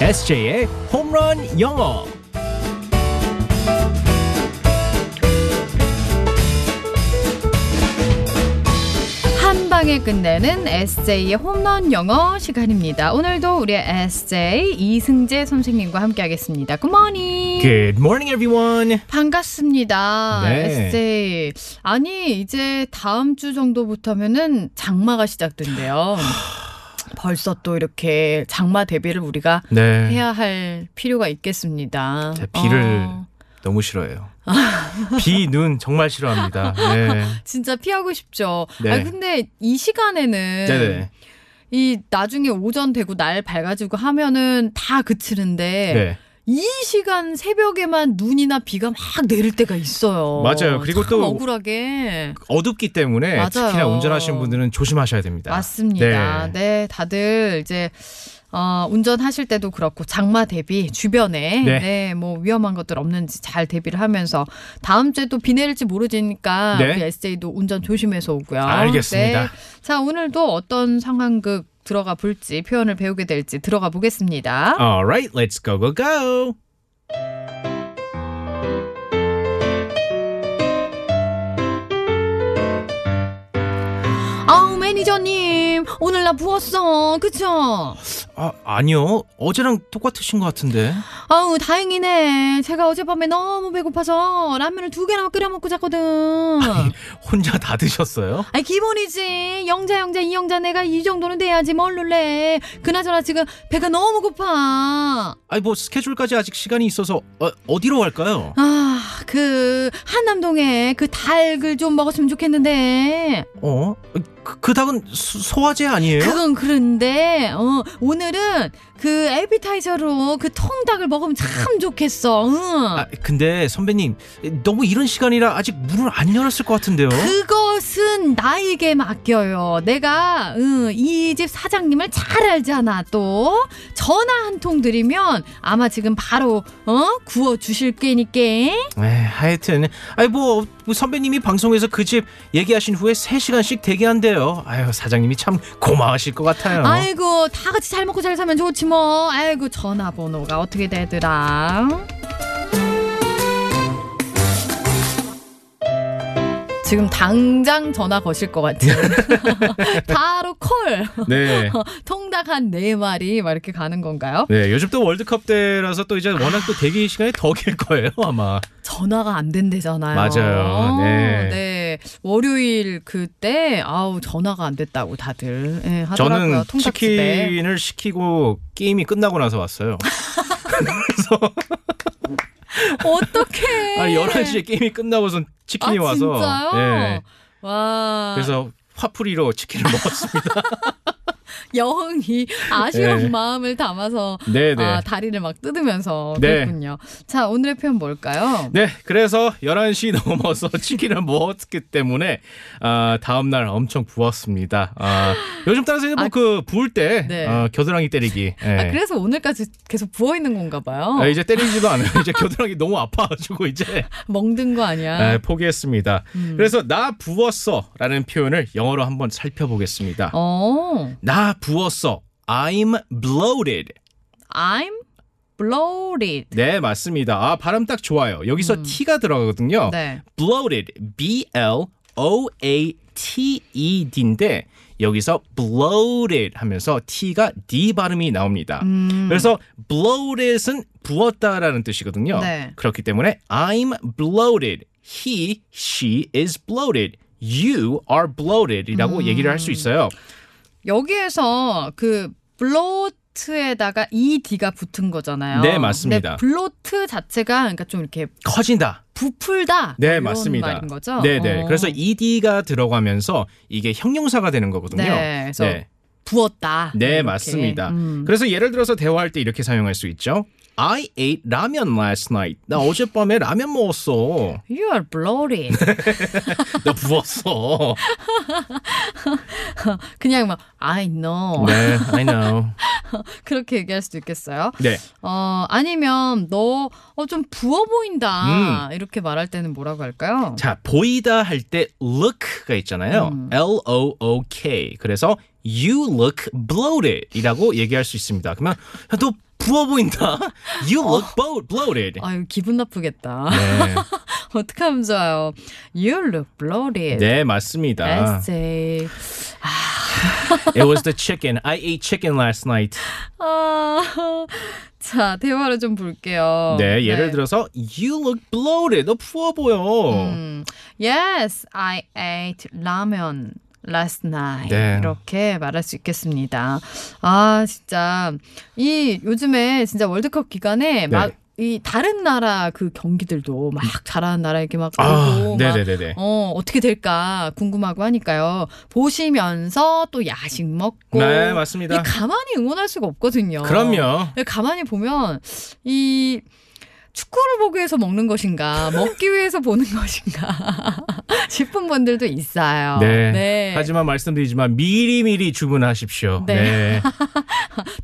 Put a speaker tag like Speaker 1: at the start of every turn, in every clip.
Speaker 1: SJ의 홈런 영어.
Speaker 2: 한 방에 끝내는 SJ의 홈런 영어 시간입니다. 오늘도 우리 의 SJ 이승재 선생님과 함께하겠습니다. 굿모닝.
Speaker 1: Good morning, everyone.
Speaker 2: 반갑습니다.
Speaker 1: 예. 네.
Speaker 2: SJ. 아니 이제 다음 주 정도부터면은 장마가 시작된대요. 벌써 또 이렇게 장마 대비를 우리가
Speaker 1: 네.
Speaker 2: 해야 할 필요가 있겠습니다.
Speaker 1: 제 비를
Speaker 2: 어,
Speaker 1: 너무 싫어해요. 비, 눈 정말 싫어합니다. 네.
Speaker 2: 진짜 피하고 싶죠.
Speaker 1: 네.
Speaker 2: 아 근데 이 시간에는
Speaker 1: 네네.
Speaker 2: 이 나중에 오전 되고 날 밝아지고 하면은 다 그치는데
Speaker 1: 네.
Speaker 2: 이 시간 새벽에만 눈이나 비가 막 내릴 때가 있어요.
Speaker 1: 맞아요. 그리고
Speaker 2: 참
Speaker 1: 또
Speaker 2: 억울하게
Speaker 1: 어둡기 때문에
Speaker 2: 맞아요.
Speaker 1: 특히나 운전하시는 분들은 조심하셔야 됩니다.
Speaker 2: 맞습니다.
Speaker 1: 네.
Speaker 2: 네, 다들 이제 어, 운전하실 때도 그렇고 장마 대비 주변에
Speaker 1: 네.
Speaker 2: 네. 뭐 위험한 것들 없는지 잘 대비를 하면서 다음 주에 또 비 내릴지 모르니까
Speaker 1: 네.
Speaker 2: 우리 SJ도 운전 조심해서 오고요.
Speaker 1: 알겠습니다.
Speaker 2: 네. 자, 오늘도 어떤 상황극 들어가 볼지 표현을 배우게 될지 들어가 보겠습니다.
Speaker 1: All right, let's go go go.
Speaker 2: 아우 매니저님 오늘 나 부었어 그쵸?
Speaker 1: 아, 아니요. 어제랑 똑같으신 것 같은데.
Speaker 2: 아우 다행이네 제가 어젯밤에 너무 배고파서 라면을 두 개나 끓여 먹고 잤거든
Speaker 1: 혼자 다 드셨어요?
Speaker 2: 아니 기본이지 영자 영자 이영자 내가 이 정도는 돼야지 뭘 놀래 그나저나 지금 배가 너무 고파
Speaker 1: 아니 뭐 스케줄까지 아직 시간이 있어서 어, 어디로 갈까요?
Speaker 2: 아 그 한남동에 그 닭을 좀 먹었으면 좋겠는데
Speaker 1: 어? 그, 그 닭은 소- 소화제 아니에요?
Speaker 2: 그건 그런데 어, 오늘은 그 에피타이저로 그 통닭을 먹으면 참 좋겠어 응.
Speaker 1: 아, 근데 선배님 너무 이른 시간이라 아직 문을 안 열었을 것 같은데요.
Speaker 2: 그? 그것은 나에게 맡겨요. 내가 이 집 사장님을 잘 알잖아. 또 전화 한 통 드리면 아마 지금 바로 어, 구워 주실 게니까.
Speaker 1: 에, 네, 하여튼 아이 뭐 선배님이 방송에서 그 집 얘기하신 후에 3시간씩 대기한대요. 아유, 사장님이 참 고마워하실 것 같아요.
Speaker 2: 아이고 다 같이 잘 먹고 잘 살면 좋지 뭐. 아이고 전화번호가 어떻게 되더라? 지금 당장 전화 거실 것 같아요. 바로 콜.
Speaker 1: 네.
Speaker 2: 통닭 한 네 마리 막 이렇게 가는 건가요?
Speaker 1: 네, 요즘 또 월드컵 때라서 또 이제 워낙 또 대기 시간이 더 길 거예요, 아마.
Speaker 2: 전화가 안 된대잖아요. 어,
Speaker 1: 맞아요. 네.
Speaker 2: 네. 월요일 그때 아우 전화가 안 됐다고 다들 예, 하더라고요.
Speaker 1: 저는
Speaker 2: 통닭집에.
Speaker 1: 치킨을 시키고 게임이 끝나고 나서 왔어요.
Speaker 2: 어떡해.
Speaker 1: 아, 11시에 게임이 끝나고선 치킨이
Speaker 2: 네. 아,
Speaker 1: 와서
Speaker 2: 진짜요?
Speaker 1: 네.
Speaker 2: 와.
Speaker 1: 그래서 화풀이로 치킨을 먹었습니다.
Speaker 2: 영이 아쉬운
Speaker 1: 네.
Speaker 2: 마음을 담아서
Speaker 1: 네, 네.
Speaker 2: 아, 다리를 막 뜯으면서
Speaker 1: 네.
Speaker 2: 그랬군요. 자, 오늘의 표현 뭘까요?
Speaker 1: 네, 그래서 11시 넘어서 치킨을 먹었기 때문에 아, 다음 날 엄청 부었습니다. 아, 요즘 따라서
Speaker 2: 아,
Speaker 1: 뭐그 부을 때
Speaker 2: 네.
Speaker 1: 어, 겨드랑이 때리기. 예.
Speaker 2: 아, 그래서 오늘까지 계속 부어 있는 건가 봐요.
Speaker 1: 아, 이제 때리지도 않아요. 이제 겨드랑이 너무 아파가지고 이제
Speaker 2: 멍든 거 아니야. 음.
Speaker 1: 예, 포기했습니다. 그래서 나 부었어라는 표현을 영어로 한번 살펴보겠습니다.
Speaker 2: 어.
Speaker 1: 나 부었어. I'm bloated.
Speaker 2: I'm bloated.
Speaker 1: 네, 맞습니다. 아, 발음 딱 좋아요. 여기서 T가 들어가거든요.
Speaker 2: 네.
Speaker 1: bloated, B L O A T E D인데 여기서 bloated 하면서 T가 D 발음이 나옵니다. 그래서 bloated은 부었다라는 뜻이거든요.
Speaker 2: 네.
Speaker 1: 그렇기 때문에 I'm bloated, he, she is bloated, you are bloated이라고
Speaker 2: 음.
Speaker 1: 얘기를 할 수 있어요.
Speaker 2: 여기에서 그 블로트에다가 ED가 붙은 거잖아요.
Speaker 1: 네, 맞습니다.
Speaker 2: 근데 블로트 자체가 그러니까 좀 이렇게
Speaker 1: 커진다.
Speaker 2: 부풀다.
Speaker 1: 네,
Speaker 2: 이런
Speaker 1: 맞습니다.
Speaker 2: 말인 거죠?
Speaker 1: 네, 네.
Speaker 2: 어.
Speaker 1: 그래서 ed가 들어가면서 이게 형용사가 되는 거거든요.
Speaker 2: 네, 그래서
Speaker 1: 네.
Speaker 2: 부었다.
Speaker 1: 네,
Speaker 2: 이렇게.
Speaker 1: 맞습니다.
Speaker 2: 음.
Speaker 1: 그래서 예를 들어서 대화할 때 이렇게 사용할 수 있죠. I ate ramen last night. 나 어젯밤에 라면 먹었어.
Speaker 2: You are bloated.
Speaker 1: 나 부었어.
Speaker 2: 그냥 막 I know
Speaker 1: 네, I know.
Speaker 2: 그렇게 얘기할 수도 있겠어요.
Speaker 1: 네,
Speaker 2: 어 아니면 너 어 좀 부어 보인다 이렇게 말할 때는 뭐라고 할까요?
Speaker 1: 음. 자 보이다 할 때 look가 있잖아요. L O O K. 그래서 you look bloated이라고 얘기할 수 있습니다. 그러면 야, 너 부어 보인다. You look bloat, bloated.
Speaker 2: 아유 기분 나쁘겠다.
Speaker 1: 네.
Speaker 2: 어떻게 하면 좋아요? You look bloated.
Speaker 1: 네, 맞습니다.
Speaker 2: 에세이.
Speaker 1: It was the chicken. I ate chicken last night.
Speaker 2: 아, 자 대화를 좀 볼게요.
Speaker 1: 네, 예를
Speaker 2: 네.
Speaker 1: 들어서 You look bloated. 너 부어 보여.
Speaker 2: 음, yes, I ate ramen last night.
Speaker 1: 네.
Speaker 2: 이렇게 말할 수 있겠습니다. 아, 진짜 이 요즘에 진짜 월드컵
Speaker 1: 네.
Speaker 2: 기간에 막 이 다른 나라 그 경기들도 막 잘하는 나라 이렇게 막
Speaker 1: 음. 아,
Speaker 2: 보고 막
Speaker 1: 네네네네.
Speaker 2: 어, 어떻게 될까 궁금하고 하니까요. 보시면서 또 야식 먹고
Speaker 1: 네, 맞습니다.
Speaker 2: 이 가만히 응원할 수가 없거든요.
Speaker 1: 그럼요.
Speaker 2: 근데 네, 가만히 보면 이 축구를 보기 위해서 먹는 것인가, 먹기 위해서 보는 것인가 싶은 분들도 있어요.
Speaker 1: 네. 하지만 말씀드리지만 미리미리 주문하십시오.
Speaker 2: 네.
Speaker 1: 네.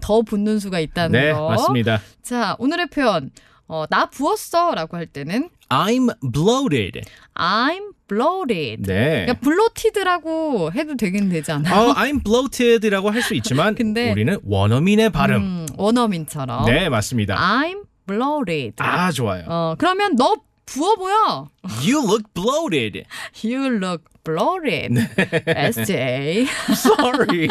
Speaker 2: 더 붙는 수가 있다는
Speaker 1: 네,
Speaker 2: 거.
Speaker 1: 맞습니다.
Speaker 2: 자, 오늘의 표현. 어, 나 부었어라고 할 때는
Speaker 1: I'm bloated.
Speaker 2: I'm bloated.
Speaker 1: 네.
Speaker 2: 그러니까 bloated라고 해도 되긴 되지 않아?
Speaker 1: 어, I'm bloated라고 할 수 있지만
Speaker 2: 근데-
Speaker 1: 우리는 원어민의 발음.
Speaker 2: 음, 원어민처럼.
Speaker 1: 네, 맞습니다.
Speaker 2: I'm bloated.
Speaker 1: 아, 좋아요.
Speaker 2: 어, 그러면 너 부어 보여.
Speaker 1: You look bloated.
Speaker 2: You look bloated.
Speaker 1: 네.
Speaker 2: SJ.
Speaker 1: Sorry.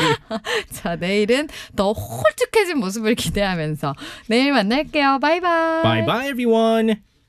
Speaker 2: 자, 내일은 더 홀쭉해진 모습을 기대하면서 내일 만날게요. 바이바이.
Speaker 1: bye bye everyone.